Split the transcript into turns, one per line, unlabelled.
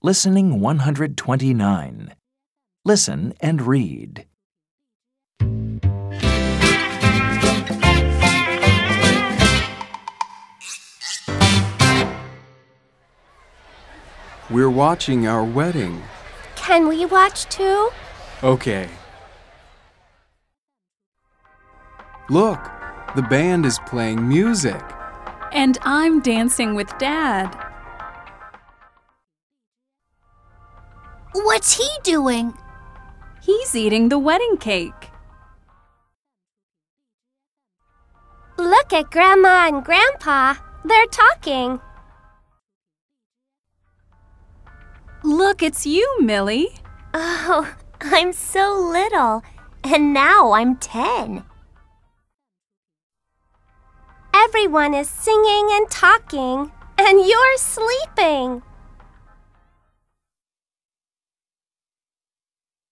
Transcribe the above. Listening 129. Listen and read.
We're watching our wedding.
Can we watch too?
Okay. Look, the band is playing music.
And I'm dancing with Dad.
What's he doing?
He's eating the wedding cake.
Look at Grandma and Grandpa. They're talking.
Look, it's you, Millie.
Oh, I'm so little. And now I'm 10. Everyone is singing and talking, and you're sleeping.